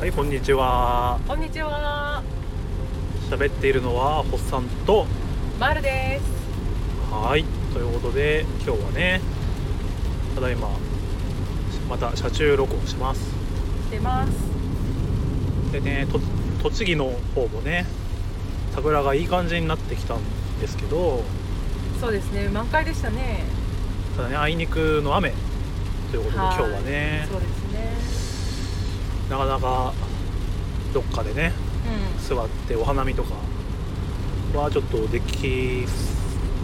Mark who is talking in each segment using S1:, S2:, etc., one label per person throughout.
S1: はいこんにちは
S2: こんにちは、
S1: 喋っているのはホッサンと
S2: まるです。
S1: はいということで今日はねただいままた車中録音します
S2: してます。
S1: でねと栃木の方もね桜がいい感じになってきたんですけど
S2: そうですね、満開でしたね。
S1: ただねあいにくの雨ということで今日はね
S2: そうです
S1: なかなかどっかでね
S2: ね。
S1: 座ってお花見とかはちょっとでき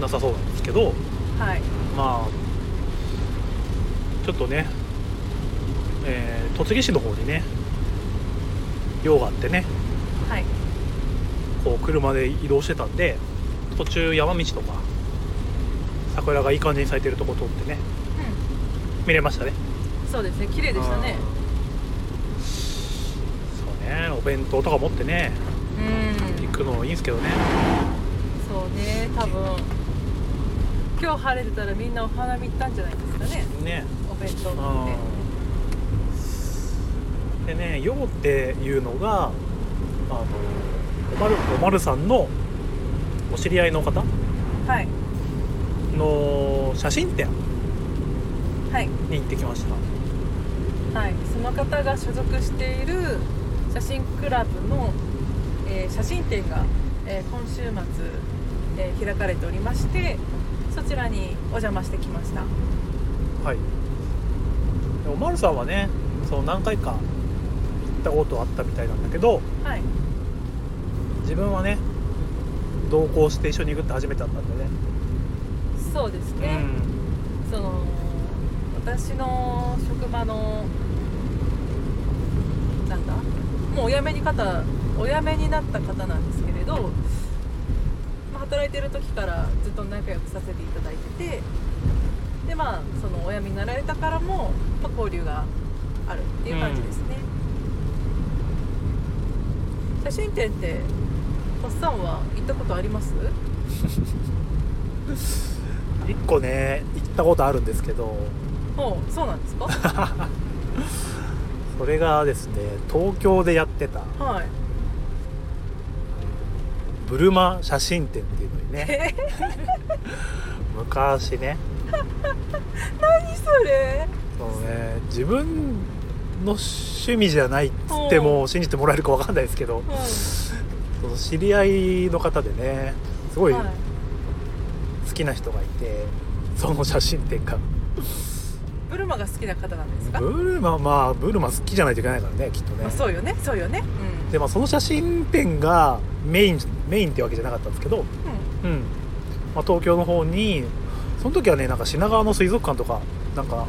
S1: なさそうなんですけど
S2: うん、はい、
S1: まあちょっとね、えー栃木市の方にね用があってね
S2: はい、
S1: こう車で移動してたんで途中山道とか桜がいい感じに咲いてるとこ通ってね見れましたね
S2: うん、そうですね、綺麗でしたね。
S1: そうねお弁当とか持ってね
S2: うん
S1: 行、くのいいんですけどね
S2: そうね、多分。今日晴れてたら、みんなお花見行ったんじゃないですかね。
S1: ね
S2: お弁当持って。
S1: うんでね「よう」っていうのがあのおまるおまるさんのお知り合いの方
S2: はい、
S1: の写真展
S2: はい、
S1: に行ってきました
S2: はい、その方が所属している写真クラブの、えー写真展が、えー今週末、えー開かれておりましてそちらにお邪魔してきました
S1: はいでおまるさんはねその何回か行ったことあったみたいなんだけど
S2: はい
S1: 自分はね同行して一緒に行くって初めてだったんでね
S2: そうですね、その私の職場のなんだもうお辞めに方お辞めになった方なんですけれど、まあ、働いてる時からずっと仲良くさせていただいててでまあそのお辞めになられたからも、まあ、交流があるっていう感じですね、写真展っておっさんは行ったことあります
S1: うん、1個ね行ったことあるんですけど
S2: もうそうなんですか
S1: それがですね東京でやってた
S2: はい
S1: ブルマ写真展っていうのにね 昔ね
S2: 何それ
S1: そのね自分の趣味じゃないっつっても信じてもらえるかわかんないですけど、
S2: う
S1: その知り合いの方でねすご
S2: ん
S1: い
S2: はい
S1: 好きな人がいて、その写真展が
S2: ブルマが好きな方なんですか、
S1: ブルマまあブルマ好きじゃないといけないからねきっとね
S2: まあ、そうよねそうよね
S1: でまあその写真展がメインメインってわけじゃなかったんですけど、
S2: うん、うん
S1: うんまあ、東京の方にその時はねなんか品川の水族館とかなんか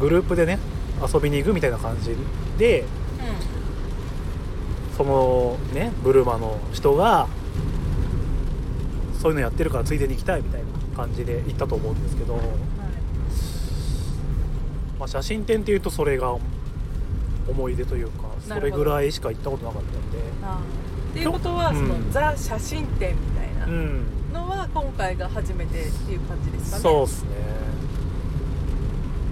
S1: グループでね遊びに行くみたいな感じでそのねブルマの人がそういうのやってるからついでに行きたいみたいな感じで行ったと思うんですけど、
S2: は
S1: まあ、写真展っていうとそれが思い出というか
S2: な
S1: そ
S2: るほど
S1: れぐらいしか行ったことなかったんで
S2: い、あーっていうことは、
S1: うん
S2: そのザ写真展みたいな
S1: うん
S2: のは今回が初めてっていう感じですかね
S1: そうですね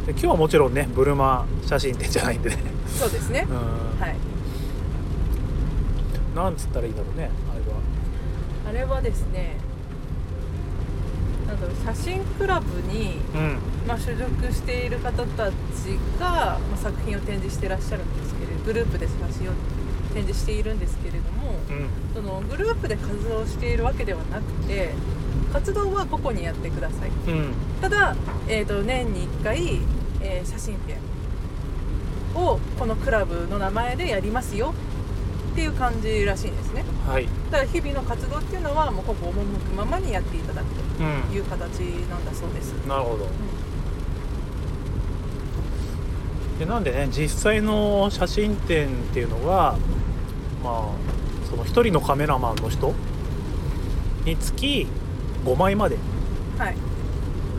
S1: で今日はもちろんねブルマ写真展じゃないんでね、
S2: そうですね
S1: う、ん
S2: はい
S1: なんつったらいいんだろうねあれは
S2: あれはですねなんだろう写真クラブに、
S1: うん
S2: まあ、所属している方たちが、まあ、作品を展示してらっしゃるんですけれどグループで写真を展示しているんですけれども、
S1: うん
S2: そのグループで活動しているわけではなくて活動は個々にやってください
S1: うん
S2: ただ、えー、と年に1回、えー写真展をこのクラブの名前でやりますよっていう感じらしいんですね
S1: はい
S2: ただ日々の活動っていうのはもうほぼ赴くままにやっていただく
S1: う
S2: とい
S1: ん
S2: う形なんだそうです、
S1: なるほどでなんでね実際の写真展っていうのがまあその一人のカメラマンの人につき5枚まで
S2: はい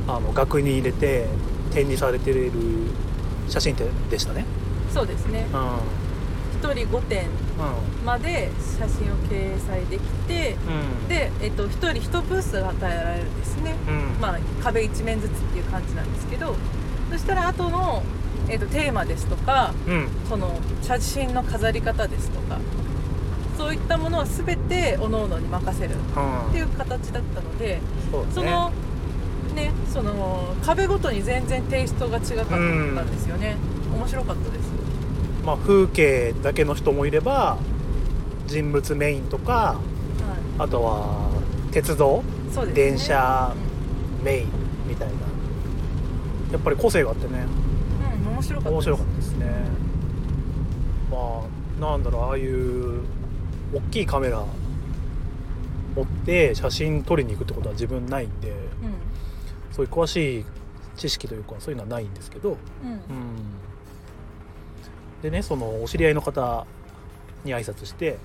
S1: あの額に入れて展示されている写真展でしたね
S2: そうですね
S1: うんうん
S2: 1人5点まで写真を掲載できて
S1: うん
S2: で、えー、と1人1ブースが与えられるんですね
S1: うん
S2: まあ、壁一面ずつっていう感じなんですけどそしたらあとのえー、とテーマですとか
S1: うん
S2: その写真の飾り方ですとかそういったものは全て各々に任せるっていう形だったので
S1: そうだね
S2: そのねその壁ごとに全然テイストが違かったんですよね、面白かったです
S1: まあ、風景だけの人もいれば人物メインとか
S2: は
S1: あとは鉄道
S2: いそうですね
S1: 電車メインみたいなやっぱり個性があってね
S2: うん、うん面白かった
S1: 面白かったたですねまあなんだろうああいう大きいカメラ持って写真撮りに行くってことは自分ないんでそういう詳しい知識というかそういうのはないんですけど
S2: うんうん
S1: うんでねそのお知り合いの方に挨拶して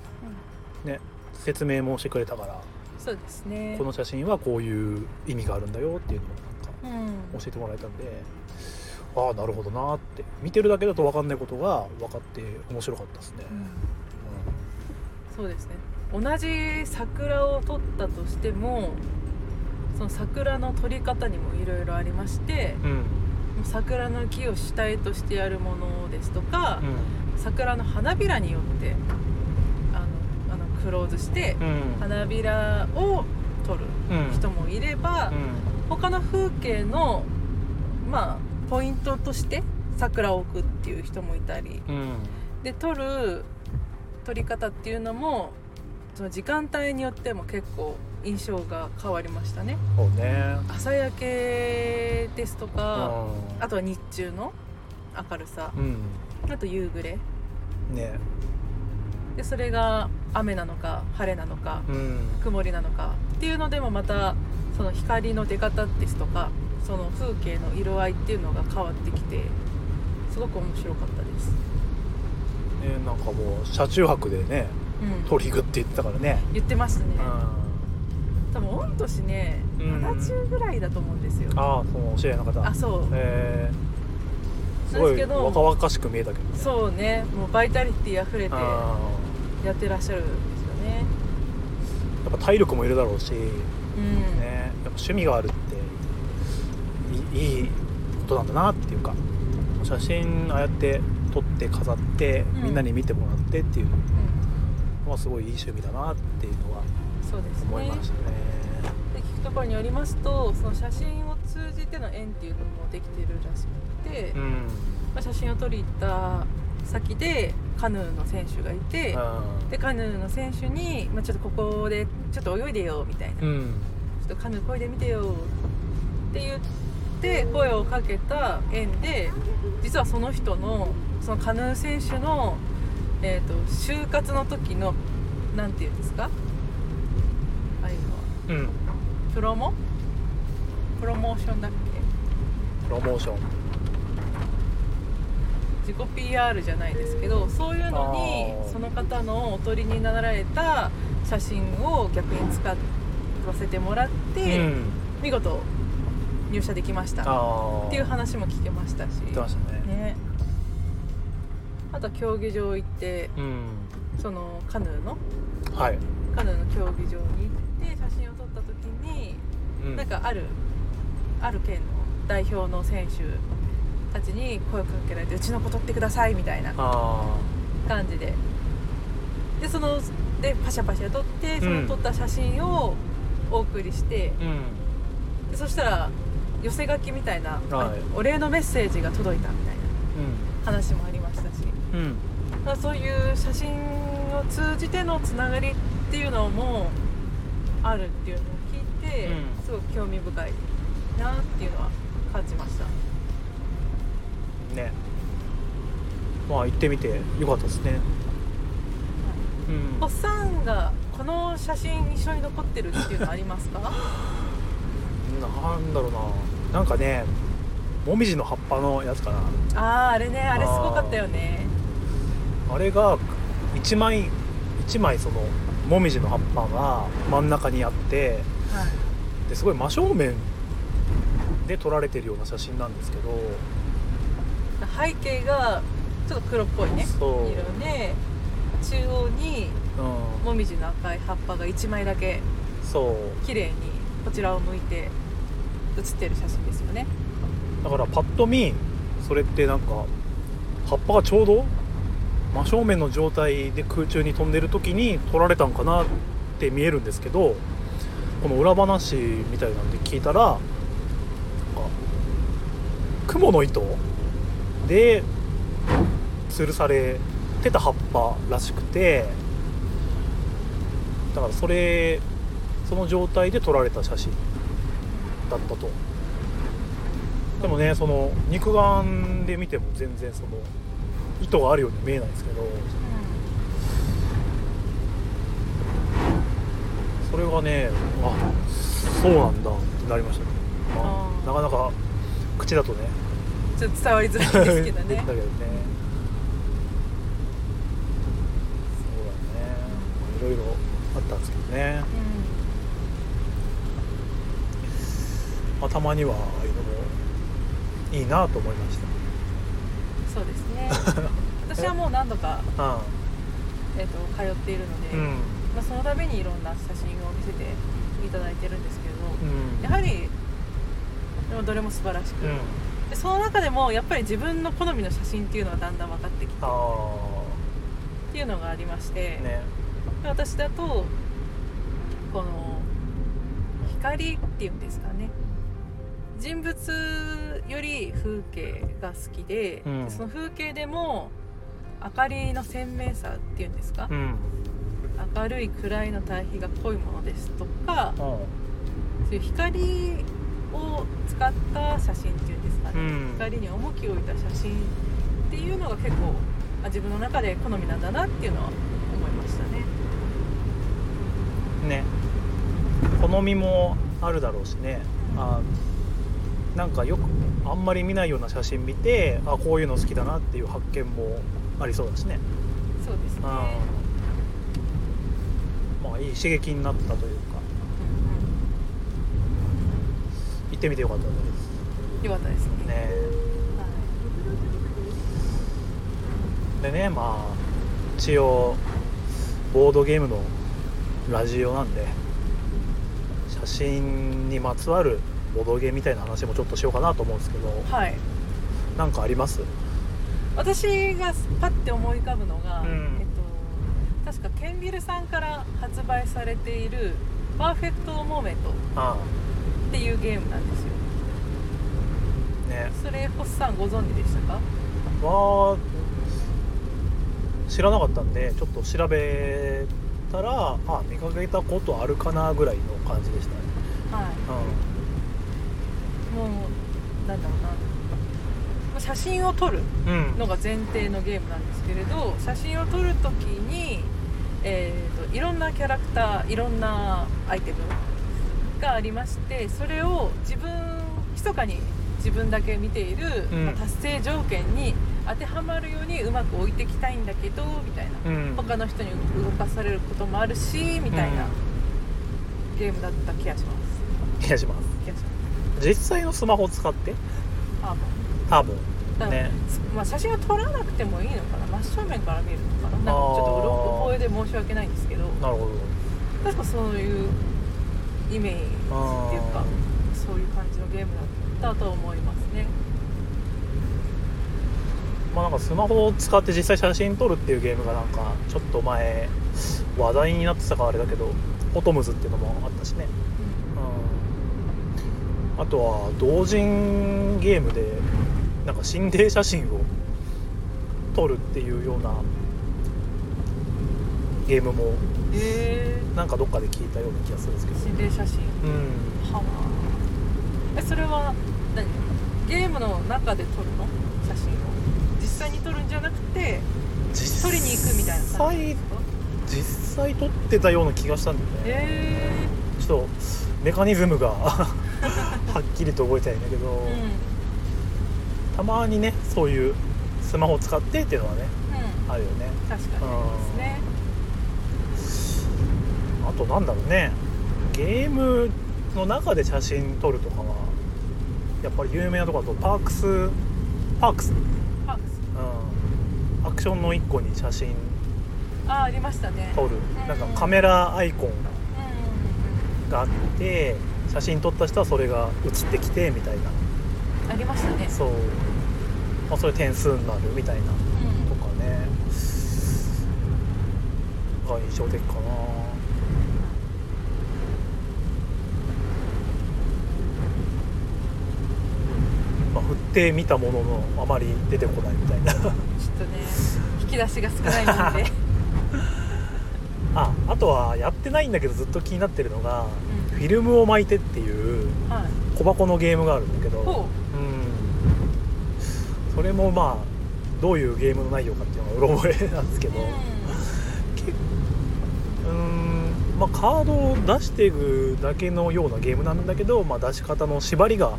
S1: ね説明もしてくれたから
S2: そうですね
S1: この写真はこういう意味があるんだよっていうのをなんか
S2: うん
S1: 教えてもらえたんでああなるほどなって見てるだけだと分かんないことが分かって面白かったですね、
S2: うんそうですね同じ桜を撮ったとしてもその桜の撮り方にもいろいろありまして
S1: うんうん
S2: もう桜の木を主体としてやるものですとか
S1: う、ん
S2: 桜の花びらによってあのあのクローズして
S1: うん
S2: 花びらを撮る
S1: うん
S2: 人もいれば、
S1: うん
S2: 他の風景のまあポイントとして桜を置くっていう人もいたり
S1: うん
S2: で撮る撮り方っていうのもその時間帯によっても結構印象が変わりましたね
S1: そうね
S2: 朝焼けですとか
S1: うん
S2: あとは日中の明るさあと夕暮れ
S1: うんね
S2: でそれが雨なのか晴れなのか
S1: うん
S2: 曇りなのかっていうのでもまたその光の出方ですとかその風景の色合いっていうのが変わってきてすごく面白かったです、
S1: ねなんかもう車中泊でね
S2: うん、
S1: 取り行くって言ってたからね
S2: 言ってましたね
S1: うんあ
S2: 多分御年ね
S1: うん
S2: 70ぐらいだと思うんですよ、
S1: あそのお知り合いの方
S2: あそう
S1: えー、す
S2: なん
S1: ご
S2: です
S1: い
S2: けど
S1: 若々しく見えたけどね
S2: そうねもうバイタリティ溢れてや
S1: あ
S2: ってらっしゃるんですよね
S1: ーやっぱ体力もいるだろうし、ね、
S2: うん
S1: やっぱ趣味があるっていいいいことなんだなっていうか写真ああやって撮って飾って
S2: うん
S1: みんなに見てもらってっていうの
S2: う
S1: はすごいいい趣味だなっていうのは
S2: んそうです
S1: 思い
S2: ね
S1: ましたね
S2: で聞くところによりますとその写真を通じての縁っていうのもできてるらしくて、
S1: う
S2: ま
S1: ん
S2: あ、写真を撮りに行った先でカヌーの選手がいて、でカヌーの選手に、まあ、ちょっとここでちょっと泳いでよみたいな、
S1: う
S2: ちょ
S1: ん
S2: っとカヌー漕いでみてよって言って声をかけた縁で実はその人のそのカヌー選手の、えー、と就活の時のなんて言うんですかああいうの
S1: う
S2: は
S1: ん、うん、
S2: プロモプロモーションだっけ
S1: プロモーション
S2: 自己 PR じゃないですけどそういうの
S1: あー
S2: にその方のおとりになられた写真を逆に使わせてもらって、
S1: うん、
S2: 見事入社できましたっ
S1: ああ
S2: ていう
S1: 言
S2: 話も聞けましたし
S1: ってましたね
S2: ね、あと競技場行って
S1: うん
S2: そのカヌーの
S1: はい、
S2: カヌーの競技場に行って写真を撮った時に
S1: うん
S2: なんかあるある県の代表の選手たちに声をかけられてうちの子取ってくださいみたいな
S1: あ
S2: 感じででそのでパシャパシャ撮ってその撮った写真をお送りして
S1: あ、うん
S2: でそしたら寄せ書きみたいな、
S1: はい
S2: お礼のメッセージが届いたみた
S1: う
S2: いな話もありましたし、
S1: んうん
S2: まあ、そういう写真を通じてのつながりっていうのもあるっていうのを聞いて、
S1: うん
S2: すごく興味深いなっていうのは感じました
S1: ねまあ行ってみてよかったですねうん
S2: おっさんがこの写真一緒に残ってるっていうのありますか
S1: なんだろうななんかねもみじの葉っぱのやつかな
S2: あ ああれねあれすごかったよね
S1: あれが1枚1枚そのもみじの葉っぱが真ん中にあって
S2: はい
S1: ですごい真正面で撮られてるような写真なんですけど
S2: 背景がちょっと黒っぽいね
S1: そう
S2: 色で中央に
S1: うん
S2: もみじの赤い葉っぱが1枚だけ
S1: そう
S2: 綺麗にこちらを向いて写ってる写真ですよね
S1: だからパッと見それってなんか葉っぱがちょうど真正面の状態で空中に飛んでる時に取られたんかなって見えるんですけどこの裏話みたいなんで聞いたらなんか雲の糸で吊るされてた葉っぱらしくてだからそれその状態で撮られた写真だったとでもねその肉眼で見ても全然その糸があるように見えないんですけどそれがねあそうなんだってなりましたね、ま
S2: あー
S1: あ、なかなか口だとね
S2: ちょっと伝わりづらい ですけど
S1: だ
S2: ね
S1: けどねそうだねいろいろあったんですけどね、まあ、たまにはああいうのもいいなと思いまし
S2: うんそうですね私はもう何度か、
S1: た あ
S2: えっと通っているの
S1: う
S2: で、
S1: んうん
S2: まあ、そのためにいろんな写真を見せていただいてるんですけれど、やはりでもどれも素晴らしく、
S1: うん
S2: でその中でもやっぱり自分の好みの写真っていうのがだんだん分かってきてっ
S1: あ
S2: ていうのがありまして、
S1: あね
S2: で私だとこの光っていうんですかね人物より風景が好きで、
S1: うん
S2: でその風景でも明かりの鮮明さっていうんですか、
S1: うんうん
S2: 明るい暗いの対比が濃いものですとかそういう光を使った写真っていうんですかね、
S1: うん
S2: 光に重きを置いた写真っていうのが結構あ自分の中で好みなんだなっていうのは思いましたね。
S1: ね好みもあるだろうしねあなんかよくあんまり見ないような写真見てあこういうの好きだなっていう発見もありそうだしね
S2: そうですね、
S1: あまあいい刺激になったというか
S2: うん
S1: 行ってみてよかったで
S2: うん、よかったです
S1: す
S2: ね。
S1: ね
S2: は
S1: でねまあ一応ボードゲームのラジオなんで写真にまつわるボードゲームみたいな話もちょっとしようかなと思うんですけど
S2: い、はい、
S1: なんかあります
S2: 私がパッて思い浮かぶのが、
S1: うん
S2: えっと、確かケンビルさんから発売されている「パーフェクト・モーメント」
S1: あ
S2: っていうゲームなんですよ。
S1: あね
S2: それ星さんご存知でしたか
S1: は知らなかったんでちょっと調べたらあ見かけたことあるかなぐらいの感じでしたね
S2: はいもうなんだろうなまあ写真を撮る
S1: うん、うん
S2: のが前提のゲームなんですけれど写真を撮るときに、えー、といろんなキャラクターいろんなアイテムがありましてそれを自分密かに自分だけ見ている、
S1: うん
S2: まあ達成条件に当てはまるようにうまく置いていきたいんだけどみたい
S1: う
S2: な、
S1: ん
S2: 他の人に動かされることもあるしみたいな、
S1: うん
S2: ゲームだった気がします。
S1: 気がします
S2: 気がします
S1: 実際のスマホを使って
S2: あ
S1: 多分
S2: だから
S1: ね
S2: まあ、写真を撮らなくてもいいのかな真正面から見るのかななん
S1: あ
S2: かち
S1: ー
S2: ょっとうろ覚えで申し訳ないんですけど
S1: なるほど
S2: 確かそういうイメージっていうか
S1: あ
S2: そういう感じのゲームだったと思いますね
S1: まあなんかスマホを使って実際写真撮るっていうゲームがなんかちょっと前話題になってたからあれだけどフォトムズっていうのもあったしね、うん、あとは同人ゲームでなんか心霊写真を撮るっていうようなゲームも
S2: へえ
S1: なんかどっかで聞いたような気がするんですけど
S2: 心霊写真
S1: うん
S2: はあえそれは何ゲームの中で撮るの写真を実際に撮るんじゃなくて撮りに行くみたいな感じですか
S1: 実際撮ってたような気がしたんだよね
S2: へ
S1: ちょっとメカニズムが はっきりと覚えてないんだけど、
S2: えうん
S1: たまにねそういうスマホを使ってっていうのはね
S2: うん
S1: あるよね
S2: 確かにありますね
S1: あとなんだろうねゲームの中で写真撮るとかはやっぱり有名なとこだとパークスパークス、うん、
S2: パークス
S1: アクションの1個に写真
S2: あありましたね
S1: 撮る
S2: うん
S1: なんかカメラアイコン
S2: う
S1: があって写真撮った人はそれが写ってきてみたいなん
S2: うんありましたね
S1: そうまあ、それ点数になるみたいなとかねが印象的かなまあ振ってみたもののあまり出てこないみたいな
S2: ちょっとね引き出しが少ないもんで
S1: ああとはやってないんだけどずっと気になってるのが、
S2: うん
S1: フィルムを巻いてっていう
S2: はい
S1: 小箱のゲームがあるんだけ
S2: ほ
S1: どうんそれもまあどういうゲームの内容かっていうのがうろ覚えなんですけ
S2: う
S1: ど、
S2: う
S1: 結うーんまあカードを出していくだけのようなゲームなんだけど、まあ、出し方の縛りが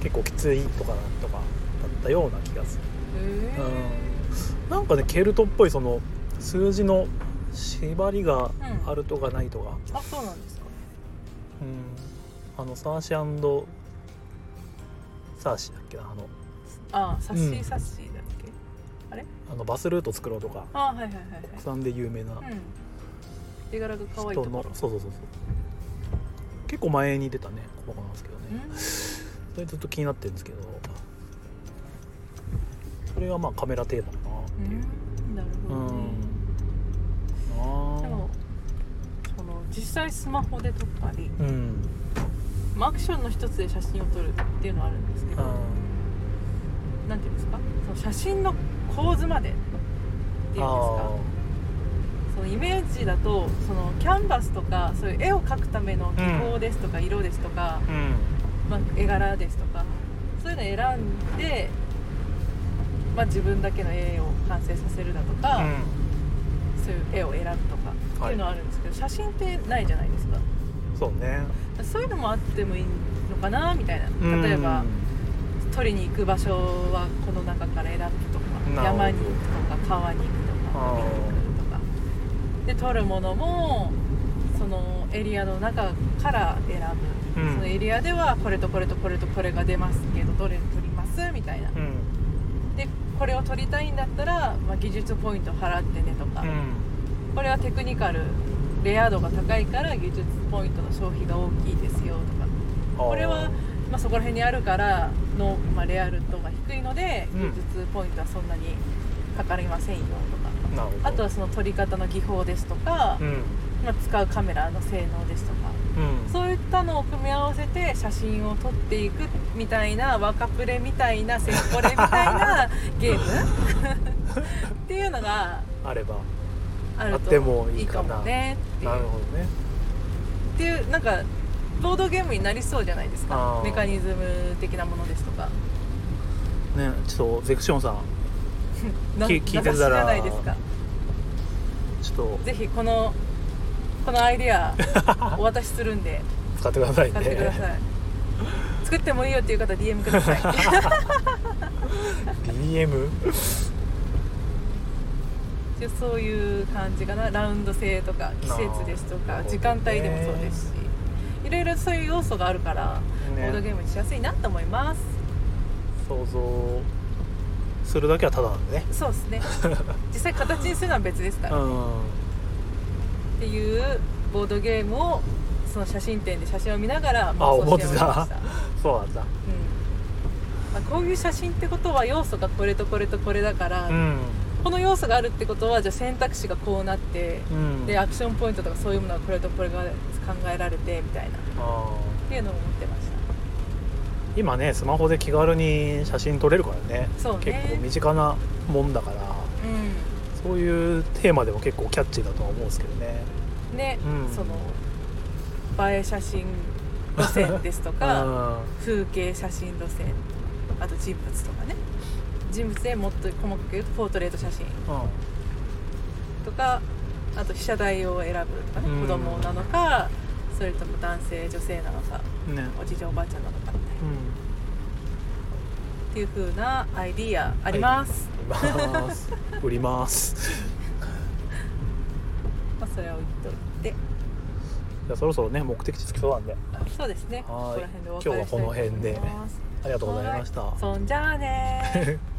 S1: 結構きついとかなんとかだったような気がする、
S2: んへ
S1: うん、なんかねケルトっぽいその数字の縛りがあるとかないとか、
S2: ーあそうなんですか
S1: うん、あのサーシーサーシだっけなあの
S2: あサッシ
S1: う
S2: ー
S1: ん
S2: サッシーだっけ、あれ
S1: あのバスルート作ろうとか
S2: あはいはいはい
S1: 国産で有名な
S2: はいうん絵柄が可愛いと
S1: 人
S2: こ
S1: の
S2: ろ
S1: そうそうそうそう結構前に出たね小箱なんですけど
S2: う
S1: ね
S2: ん
S1: それずっと気になってるんですけどそれがまあカメラテーマかなっていう
S2: うんなる
S1: う
S2: ほ
S1: ん
S2: どね、で
S1: あ
S2: もその実際スマホで撮ったり、
S1: あうん
S2: まあ、アクションの一つで写真を撮るっていうのはあるんですけどなんていうんですかその写真の構図までっていうんです
S1: ああ
S2: かそのイメージだとそのキャンバスとかそういう絵を描くための技法ですとか色ですとか、
S1: うん
S2: まあ、絵柄ですとかそういうのを選んで、まあ、自分だけの絵を完成させるだとか、そういう絵を選ぶとかっていうのはあるんですけど、写真ってないじゃないですか。
S1: うんそうね
S2: そういうのもあってもいいのかなみたい
S1: うん
S2: な例えば、取りに行く場所はこの中から選ぶと
S1: な
S2: か
S1: るほど
S2: 山に行くとか川に行くと
S1: あー
S2: か海に行くとかで取るものもそのエリアの中から選ぶ、
S1: うん
S2: そのエリアではこれとこれとこれとこれが出ますけどどれ取りますみたいな
S1: うん
S2: でこれを取りたいんだったら、まあ、技術ポイント払ってねとか、
S1: うん
S2: これはテクニカルレア度が高いから技術ポイントの消費が大きいですよとかこれは、まあ、そこら辺にあるからの、まあ、レアル度が低いので
S1: うん
S2: 技術ポイントはそんなにかかりませんよと
S1: あーなるほど
S2: かあとはその撮り方の技法ですとか、
S1: うん
S2: まあ、使うカメラの性能ですとか
S1: うん
S2: そういったのを組み合わせて写真を撮っていくみたいな若プレみたいなセコレみたい なゲーム っていうのが
S1: あれば
S2: ある
S1: あって
S2: と
S1: もい
S2: い
S1: い
S2: い
S1: か
S2: か
S1: な
S2: もねっていう
S1: なるほどね
S2: っていうなんかボードゲームになりそうじゃないです
S1: あ
S2: か
S1: ー
S2: メカニズム的なものですとか
S1: ねちょっとゼクションさん
S2: な
S1: き聞いてたら
S2: 名指しじゃないですか
S1: ちょっと
S2: ぜひこのこのアイデ ィアお渡しするんで
S1: 使ってください
S2: 買ってくだ
S1: ね
S2: さい作ってもいいよっていう方 DM ください
S1: DM
S2: でそういう感じかなラウンド制とか季節ですと
S1: なるほどね
S2: か時間帯でもそうですしいろいろそういう要素があるから、ボードゲームにしやすいなと思います
S1: 想像するだけはただなんでね
S2: そうですね実際形にするのは別ですから
S1: う、ん
S2: っていうボードゲームをその写真展で写真を見ながら
S1: あ
S2: 妄想しておりま
S1: 思っ
S2: した
S1: て
S2: うん
S1: そうなんだ
S2: まあ、こういう写真ってことは要素がこれとこれとこれだから、
S1: うん
S2: この要素があるってことはじゃあ選択肢がこうなって、
S1: うん
S2: で
S1: あ
S2: アクションポイントとかそういうものがこれとこれが考えられてみたいなっ
S1: あ
S2: ていうのを思ってまし
S1: 今ねスマホで気軽に写真撮れるからね
S2: たそうね
S1: 結構身近なもんだからそういうテーマでも結構キャッチーだとは思うんですけどね
S2: うんね、
S1: うん
S2: その映え写真路線です とか、風景写真路線あと人物とかね人物でもっと細かく言うとポートレート写真
S1: うんうん
S2: とかあと被写体を選ぶとかね、
S1: うん
S2: 子供なのかそれとも男性女性なのか
S1: ね
S2: おじいちゃんおばあちゃんなのかみたいな
S1: うん
S2: っていう風なアイディアあります、
S1: 売ります売ります
S2: まあ、それを言っといて
S1: じゃあそろそろね目的地着きそうなんで
S2: そうですね
S1: は
S2: ここ
S1: い
S2: ら辺でお別れしたい
S1: 今
S2: と思います
S1: 日はこの辺でありがとうございました
S2: はそんじゃあねー
S1: Hehe